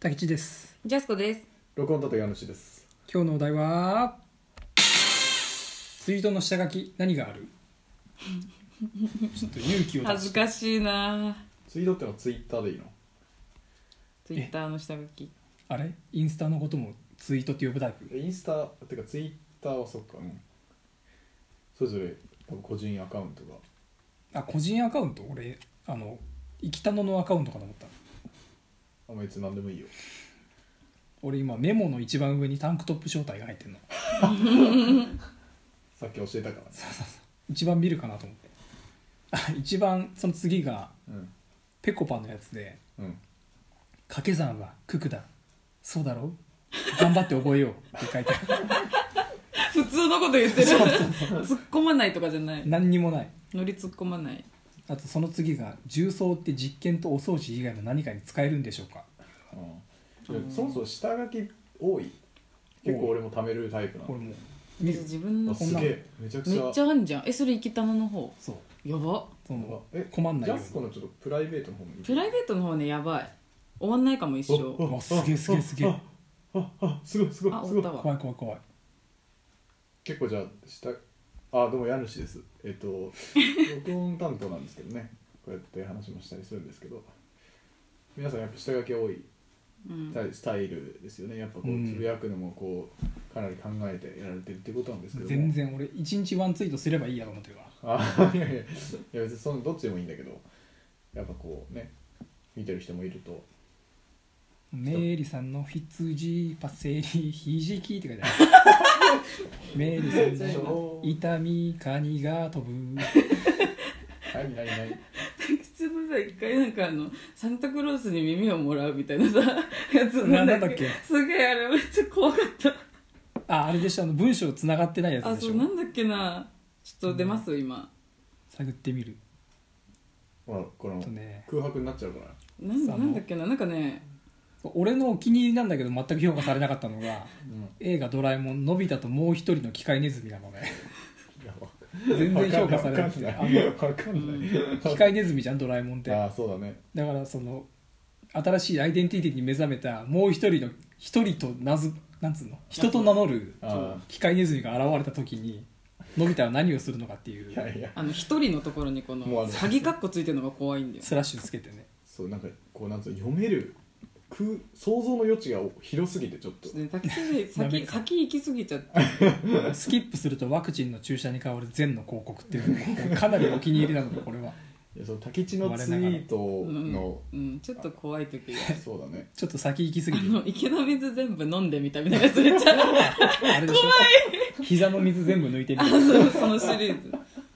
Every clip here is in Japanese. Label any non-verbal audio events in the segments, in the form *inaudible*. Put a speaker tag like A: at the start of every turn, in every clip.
A: 滝地です
B: ジャスコです。
C: 録音だと家主です
A: 今日のお題はツイートの下書き何があるちょっと勇気を出
B: 恥ず
A: し
B: かしいな
C: ツイートってのはツイッターでいいの
B: ツイッターの下書き。
A: あれインスタのこともツイートって呼ぶタイプ
C: インスタってかツイッターはそっか、うん、それぞれ多分個人アカウントが
A: あ個人アカウント俺あの生きたののアカウントかと思った
C: あんまいつ何でもいいよ
A: 俺今メモの一番上にタンクトップ招待が入ってんの
C: さっき教えたからね
A: 一番見るかなと思ってあ一番その次が
C: うん
A: ぺこぱのやつで
C: うん
A: 掛け算は九九だそうだろう頑張って覚えようって書いてある
B: 普通のこと言ってる。突っ込まないとかじゃない。
A: 何にもない
B: 乗り突っ込まない。
A: あとその次が重曹って実験とお掃除以外の何かに使えるんでしょうか
C: うんいやそもそも下書き多い結構俺も貯めるタイプな
A: これ
C: の
A: もう見
B: 私
A: る
B: 自分
C: あ
B: の。
C: すげえめちゃく
B: め
C: ちゃ
B: っちゃあんじゃん。え、それ生きたのの方。
A: そう
B: やば。
A: その
C: え
A: 困んない
C: ジ
A: よ
C: ャスコのちょっとプライベートの方もいい
B: プライベートの方ね、やばい。終わんないかも一
A: う
B: 生。
A: わすげえすげえすげえ
C: ああすごいすごい
B: あ、
C: す
B: 終
C: ご
B: わっ
C: い
B: た
A: 怖
B: わ。
A: い怖い怖い
C: 結構じゃあ下あどうも家主ですえっ
B: *laughs*
C: と録音担当なんですけどねこうやって話もしたりするんですけど皆さんやっぱ下書き多い
B: うん。
C: タイスタイルですよねやっぱこ
A: うん
C: うつぶやくのもこうかなり考えてやられてるってことなんですけども
A: 全然俺一日ワンツイートすればいいやと思ってるから
C: あいやいやいや別にそのどっちでもいいんだけどやっぱこうね見てる人もいると
A: メリさんの羊パセリひじきって書いてあ
C: *laughs*
A: るメリさんの痛みカニが飛ぶ
C: 何何何
B: 普通のさ、一回なんかあの、サンタクロースに耳をもらうみたいなさ、やつ
A: な
B: なん
A: だ
B: んだ
A: っ
B: っ
A: け
B: け。すげえ、あれめっちゃ怖かった。
A: ああれでしょあの文章つながってないや
B: あ、
A: つで
B: そ
A: し
B: う、
A: ょ
B: なんだっけな。ちょっと出ます、今。
A: 探ってみる
C: ほらこの
A: とね
C: 空白になっちゃうから
B: なん
A: さあ
B: なんだっけな、なんかね。
A: 俺のお気に入りなんだけど全く評価されなかったのが
C: うん
A: 映画「ドラえもんのび太ともう一人の機械ネズミ」なのね
C: *laughs* やば
A: 全然評価されな
C: わ
A: く
C: かん
A: て
C: ない
A: あの
C: わかんない
A: 機械ネズミじゃんドラえもんって
C: ああそうだね
A: だからその新しいアイデンティティに目覚めたもう一人の一人となずなんつうの人と名乗る
C: あ
A: 機械ネズミが現れた時にのび太は何をするのかってい
C: あいや
A: う
C: いや
B: あの一人のところにこ
C: もうあ
B: の
C: の
B: 鍵カッコついてるのが怖いんだよ
A: スラッシュつけてね
C: そうなんかこうなんつうの読める空想像の余地が広すぎてちょっと
A: *laughs*
B: ね滝先生
A: ダメ
B: 先
A: か
B: 先行き過ぎちゃって
A: スキップするとワクチンの注射に代わる善の広告っていうのがかなりお気に入りなのでこれはい
C: やその滝地のツイート
B: うん
C: の、
B: うん、ちょっと怖い時が
C: そうだね
A: ちょっと先行き過
B: あ
A: ぎて
B: の池の水全部飲んでみたみたいなやつめっちゃ
A: あれでしょ膝の水全部抜いてみ
B: あ
A: る
B: の *laughs* そのシリーズ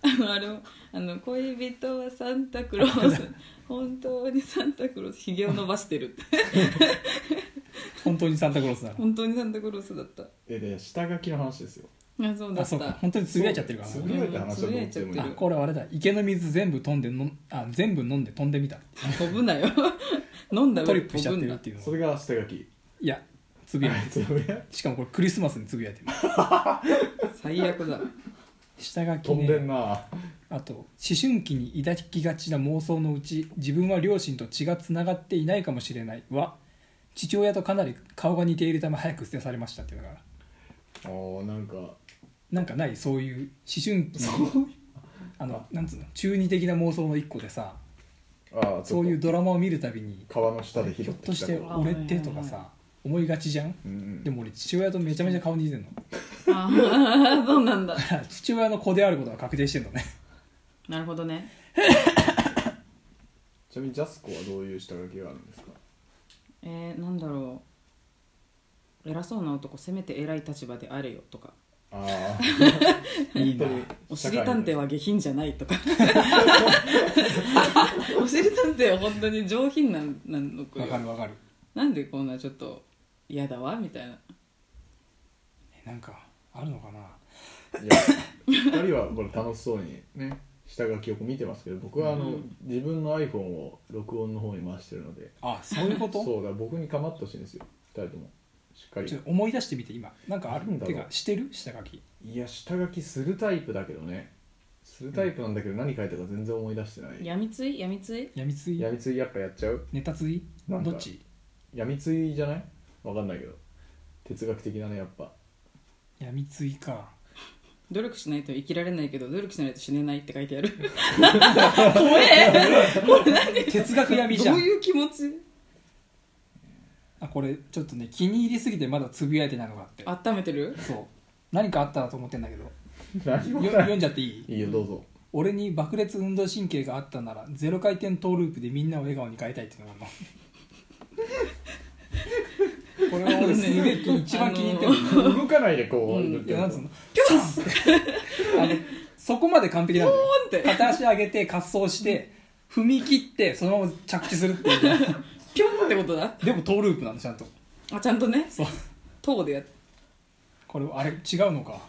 B: あのあれもあの恋人はサンタクロ
A: *laughs*
B: ース本当にサンタクロースひげを伸ばしてるって
A: 本当にサンタクロースなの
B: 本当にサンタクロースだった
C: えで下書きの話ですよ
B: あそうだ
A: あ
B: っ
A: そうか
B: た
A: 本当につぶやいちゃってるから
C: つ
A: な
C: ぶやいた話だと思っ
B: つ
C: て
B: ぶやい
C: も
B: ちゃっ
A: あ
B: てる
A: これあれだ池の水全部飛んでのあ全部飲んで飛んでみた
B: 飛
A: *laughs*
B: ぶなよ飲んだ
A: トリ
B: 上
A: ップしちゃっ
B: 飛
A: て
B: ぶん
A: るっ
B: だ
A: ていうの
C: そ
A: が
C: れが下書き
A: いやつぶやいてる
C: つぶや
A: しかもこれクリスマスにつぶやいてる
B: 最悪だ
A: 下書き
C: 飛んでん
A: ね
C: な
A: あと思春期に抱きがちな妄想のうち自分は両親と血がつながっていないかもしれないは父親とかなり顔が似ているため早く捨てされましたっていうのが
C: おーなんか
A: なんかないそういう思春期のあのなんつうの中二的な妄想の一個でさ
C: ああ
A: そういうドラマを見るたびに
C: 川の下で拾
A: ひょ
C: っ
A: ってと
C: き
A: したて
B: あ
A: 俺ってとか
B: はいはい
A: さ思いがちじゃん
C: うんうん
A: でも俺父親とめちゃめちゃ顔似てんの
B: ああそうなんだ
A: だから父親の子であることが確定してんのね
B: なるほどね
C: ちなみにジャスコはどういう下書きがあるんですか
B: えー、なんだろう偉そうな男せめて偉い立場であれよとか
C: ああ
A: いいな
B: おしり探偵は下品じゃないとか *laughs* おしり探偵は本当に上品なんなのか
A: わか
B: よ
A: るわかる
B: なんでこんなちょっと嫌だわみたいな
A: えなんかあるのかない
C: や二人はこれ楽しそうにね下書きをこう見てますけど僕はあ
B: う
C: の、
B: ん
C: 自分の iPhone を録音の方に回してるので
A: あそういうこと
C: そうだ僕に構ってほしいんですよ二人ともしっ
A: ちょ
C: か
A: っ
C: り
A: と思い出してみて今なんかある
C: なんだろ
A: て
C: う
A: かしてる下書き
C: いや下書きするタイプだけどねするタイプなんだけど何書いたか全然思い出してない、
B: やみついやみつい
A: やみつい
C: やみついやっぱやっちゃう
A: ネタつい
C: なんか
A: どっち
C: 闇ついじゃないわかんないけど哲学的なねやっぱ
A: 闇ついか
B: 努力しないと生きられないけど努力しないと死ねないって書いてある怖
A: *laughs*
B: え
A: 哲学闇じ
B: ど
A: ゃ
B: うんいう気持ち
A: あこれちょっとね気に入りすぎてまだつぶやいてないのがあって
B: 温めてる
A: そう何かあったらと思ってんだけどよ
C: 何もない
A: 読んじゃっていい
C: いいよどうぞ
A: 俺に爆裂運動神経があったならゼロ回転トーループでみんなを笑顔に変えたいっていうのがあるのこれは俺すげえ気に一番気に入ってるの、
C: 動かないでこう、
B: うん
A: いやなんつう
C: の
A: のピョンってあのそこまで完璧なんだよ
B: ポンって
A: 片足上げて滑走して踏み切ってそのまま着地するっていう
B: ピョンってことだ
A: でもトーループなんだちゃんと
B: あちゃんとね
A: そう
B: 塔でやっ
A: これあれ違うのか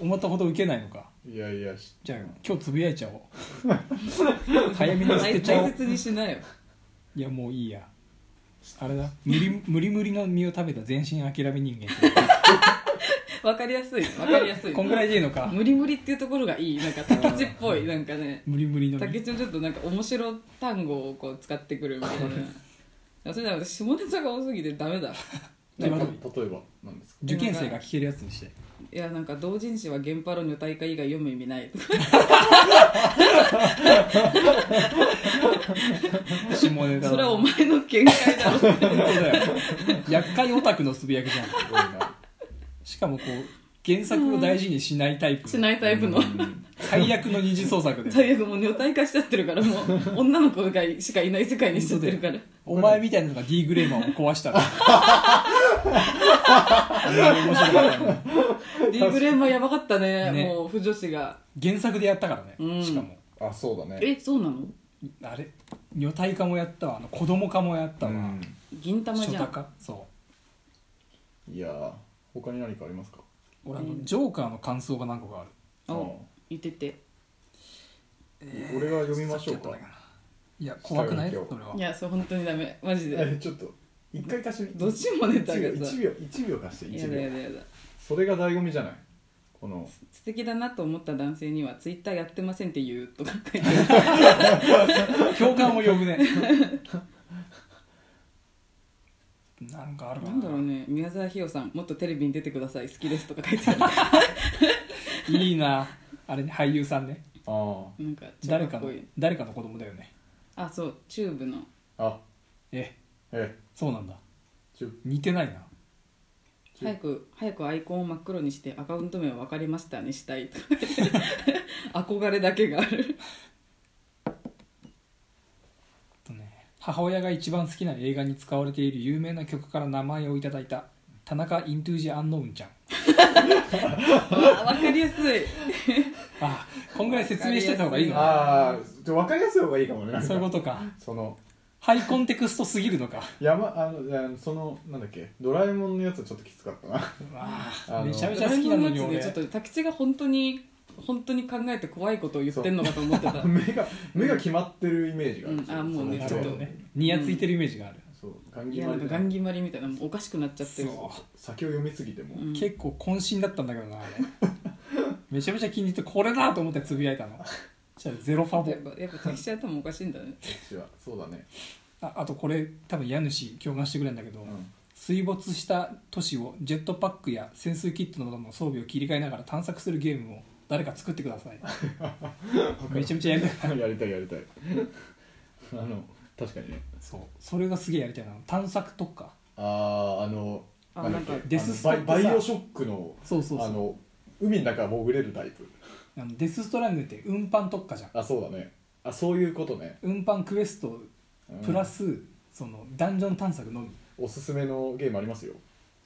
A: 思ったほど受けないのか
C: いやいやし
A: じゃあ今日つぶやいちゃおう早めに捨て
B: 大
A: ちゃお
B: 大
A: う
B: 切にしなよ
A: いやもういいやあれだ無
B: *laughs*
A: 理無理無理の身を食べた全身諦め人間って
B: わかりやすいわかりやすい
A: こんぐらいでいいのか
B: 無理無理っていうところがいいなんか高知っぽいなんかね
A: 無理無理の
B: 竹
A: 身
B: 内もちょっとなんか面白単語をこう使ってくるみたい
A: *laughs*
B: なそれで私下ネタが多すぎてダメだ
A: 際どい
C: 例えばなんですか
A: 受験生が聞けるやつに
B: *laughs*
A: して
B: いやなんか同人誌は原パロ女体化以外読む意味ない
A: 下ネタだ
B: それはお前の見解だろ
A: 本当だよ厄介オタクのつぶやきじゃん
C: すごいな
A: しかもこう原作を大事にしない *laughs* タイプ
B: しないタイプの
C: うん
A: 最悪の二次創作で
B: 最悪もう女体化しちゃってるからもう女の子がしかいない世界にしちゃってるから
A: お前みたいなのが D グレーマーを壊したら
B: *laughs*
A: あんなに面白かったのに
B: D グレーマーやばかったね
A: ね
B: もう不女子が
A: 原作でやったからね、
B: うん
A: しかも
C: あそうだね
B: えそうなの
A: あれ女体化もやったわあの子供化もやったわ、
C: うん
B: 銀玉
A: 初
B: じゃ
A: 太
B: ん
A: 化そ
C: いやー他に何かありますか
A: う俺あ
B: う
A: の
B: ん
A: ジョーカーの感想が何個かある
B: お言ってて
C: 俺が読みましょう
A: さっきやった
C: か
A: んだけどないや怖くない
C: したよ
A: それはい
B: やそう本当にダメマジで
C: えちょっと一回貸してみ
B: どっちもネタがさ
C: 1秒1秒貸して
B: や
C: 1
B: だやだ
C: 秒
B: やだ
C: それが醍醐味じゃないこの
B: 素敵だなと思った男性にはツイッターやってませんって言うとか書いてある
A: 共感を呼ぶね *laughs* なんかあるか
B: な
A: なん
B: だろうね宮沢ひよさんもっとテレビに出てください好きですと
A: *laughs*
B: か書いてあ
A: いいなあれね俳優さんね
C: あ
B: るなんか超
A: 誰
B: か
A: か
B: っこ
A: の
B: いい
A: 誰かの子供だよね
B: あそうチューブの
C: ああ
A: え
C: え
A: そうなんだ
C: ちょ
A: 似てないな
C: チュ
B: 早く早くアイコンを真っ黒にしてアカウント名を分かりましたにしたいと
A: *laughs*
B: か憧れだけがある
A: とね母親が一番好きな映画に使われている有名な曲から名前をいただいた田中イントゥージアンノウンちゃん
B: あ分かりやすい
A: あこんぐらい説明してた方がいいのか
C: ああ分かりやすい方がいいかもねなんか
A: そういうことか
C: その
A: ハイコンテクストすぎるのか
C: 山あのあのそのなんだっけドラえもんのやつはちょっときつかったな
A: あ
C: あの
A: めちゃめちゃ好きなのに
B: ドラえもんの
A: 俺
B: やつでちょっと宅地が本当に本当に考えて怖いことを言ってんのかと
A: *laughs*
B: 思ってた
C: *laughs* 目が目が決まってるイメージがある、
B: うんあもうね
C: その
B: ちょっと
A: ねニヤついてるイメージがある、
C: そうガン
B: い
C: ギ
B: や
C: マ
B: なん
C: リ
B: かガンギマリみたいなもうおかしくなっちゃってる
A: そう
C: 先を読みすぎても、
B: うん
A: 結構渾身だったんだけどなあ *laughs* れめちゃめちゃ気に入ってこれだと思ってつぶやいたのそしたらゼロファボ
B: やっぱやっぱ宅地は頭おかしいんだね
C: 私はそうだね、
A: ああとこれ多分家主共感してくれるんだけど、
C: うん、
A: 水没した都市をジェットパックや潜水キットなどの装備を切り替えながら探索するゲームを誰か作ってください *laughs* めちゃめちゃやりたい
C: やりたいやりたい *laughs* あの確かにね
A: そうそれがすげえやりたいな探索とか
C: あああの
B: あなんか
C: だっけ
A: デススト
C: あのバ
A: って
C: イ
A: さ
C: バイオショックの
A: そうそうそう
C: あの海の中潜れるタイプ
A: あのデスストラングって運搬特化じゃん
C: あそうだねあそういうことね、
A: 運搬クエスト
C: うん
A: プラス、そのダンジョン探索のみ
C: おすすめのゲームありますよあ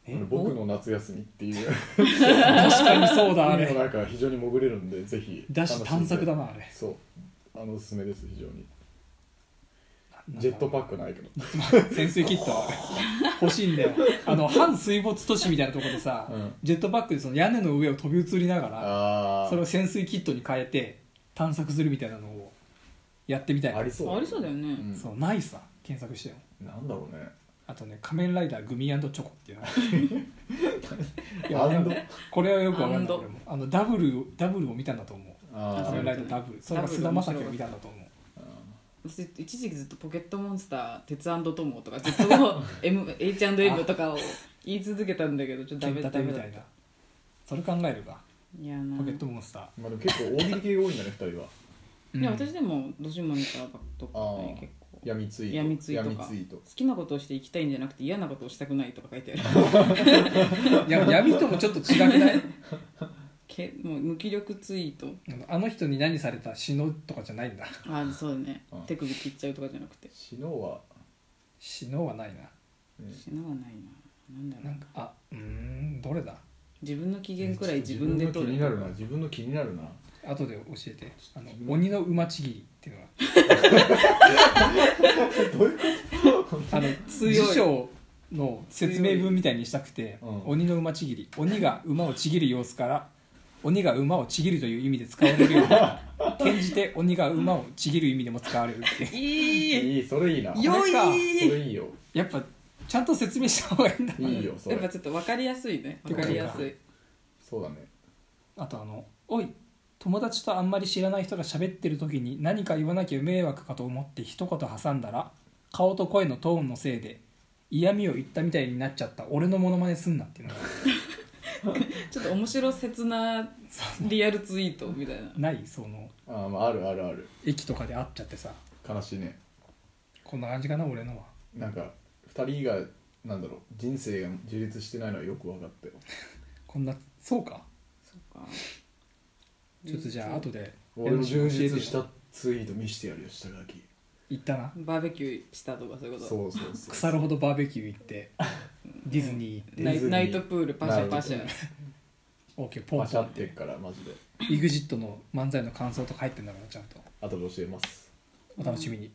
A: え
C: の僕の夏休みっていう
A: 確かに
C: *laughs*
A: そうだあ
C: 海の
A: れ
C: 中非常に潜れるんでぜひ
A: だし探索だ
C: な
A: なあれ
C: そうあのおすすめです非常にジェットパックないけど
A: ク潜水キットは欲しい
C: *laughs*
A: んだよあの半水没都市みたいなところでさ、
C: うん
A: ジェットパックでその屋根の上を飛び移りながら
C: ああ
A: それを潜水キットに変えて探索するみたいなのをやってみたいな
C: ありそう
B: ありそうだよね
C: ん
A: そうないさ検索してよ
C: なんだろうね
A: あとね「仮面ライダーグミチョコ」っていうのいや
C: アンド
A: 俺はこれはよくわかんない
B: アンド
A: 俺もあのダブルダブルを見たんだと思う
C: あ
A: 仮面
C: ー
A: ライダーダブルそれが
B: ダブル
A: 菅田将暉を見たんだと思う
B: 私一時期ずっと「ポケットモンスター鉄アンドトモ」とかずっと M H&M とかを言い続けたんだけどちょっと
A: ケ
B: ダ
A: ン
B: メだ
A: タ
B: ダ
A: テ
B: メ
A: み
B: だ
A: た
B: っ
A: い
B: た
A: なそれ考えるか
B: いやな
A: ポケットモンスター、
C: まあでも結構大喜利系が多いんだね二人は
A: う
B: いや私でもドシモニターとか
C: あ
B: ね
C: ー
B: 結構好
C: 闇ツイート
B: 闇ツイートか
C: 闇ツイート
B: きなことをしていきたいんじゃなくて嫌なことをしたくないとか書いてある
A: いや闇ともちょっと違くない *laughs*
B: けもう無気力ツイート
A: あのあの人に何された死のとかじゃないんだ
B: ああそうだね
C: うん
B: 手首切っちゃうとかじゃなくて
C: 死のうは、
A: 死のうはないな
C: ね
B: 死ぬはないななんだろ
A: な
B: うん
A: かあうーんどれだ
B: 自分の機嫌くらい自分で取
C: 自分の気に
B: る
C: なるな自分の気になるな
A: 後で教えてあの鬼の馬ちぎりっていうのは
C: *laughs* どういうこ
A: あの
B: 強い
A: 辞書の説明文みたいにしたくて「
C: 強いうん
A: 鬼の馬ちぎり」「鬼が馬をちぎる様子から鬼が馬をちぎるという意味で使われるよ
B: *laughs*
A: うな転じて鬼が馬をちぎる意味でも使われるっていう
C: と
B: いい
C: いいそれいいなそ
A: よ
B: 良
C: れ
B: い
C: いいよ
A: やっぱちゃんと説明した方がいいんだ
C: いいよそ
B: やっぱ
C: れ
B: ちょっと分かりやすいね分かりやすい
C: そうだね
A: あとあの「おい友達とあんまり知らない人が喋ってる時に何か言わなきゃ迷惑かと思って一言挟んだら顔と声のトーンのせいで嫌味を言ったみたいになっちゃった俺のモノマネすんな」っていうのが *laughs*
B: ちょっと面白切なリアルツイートみたいな
A: ないその
C: あーまああるあるある
A: 駅とかで会っちゃってさ
C: 悲しいね
A: こんな感じかな俺のは
C: なんか二人がなんだろう人生が自立してないのはよく分
B: *laughs*
C: かったよ
A: こんなそうか
B: そっか
A: ちょっとじゃあ後で
C: 俺の充
A: 家主
C: 実
A: に
C: し
A: 教えてよ
C: たツイート見してやるよ下書き
A: 行ったな
B: バーベキューしたとかそういうこと
C: そうそうそう
A: 腐るほどバーベキュー行ってディズニー行って
B: ナ
C: ディズニ
B: イ
C: ー
B: ナイトプールパシャパシ
C: な
B: ャ
C: る
A: OK ポ
C: パ
A: ン
C: シャ
A: ポ
C: っ
A: ン
C: てっからマジで
A: EXIT の漫才の感想とか入ってんだからちゃんと
C: 後で教えます
A: お楽しみに、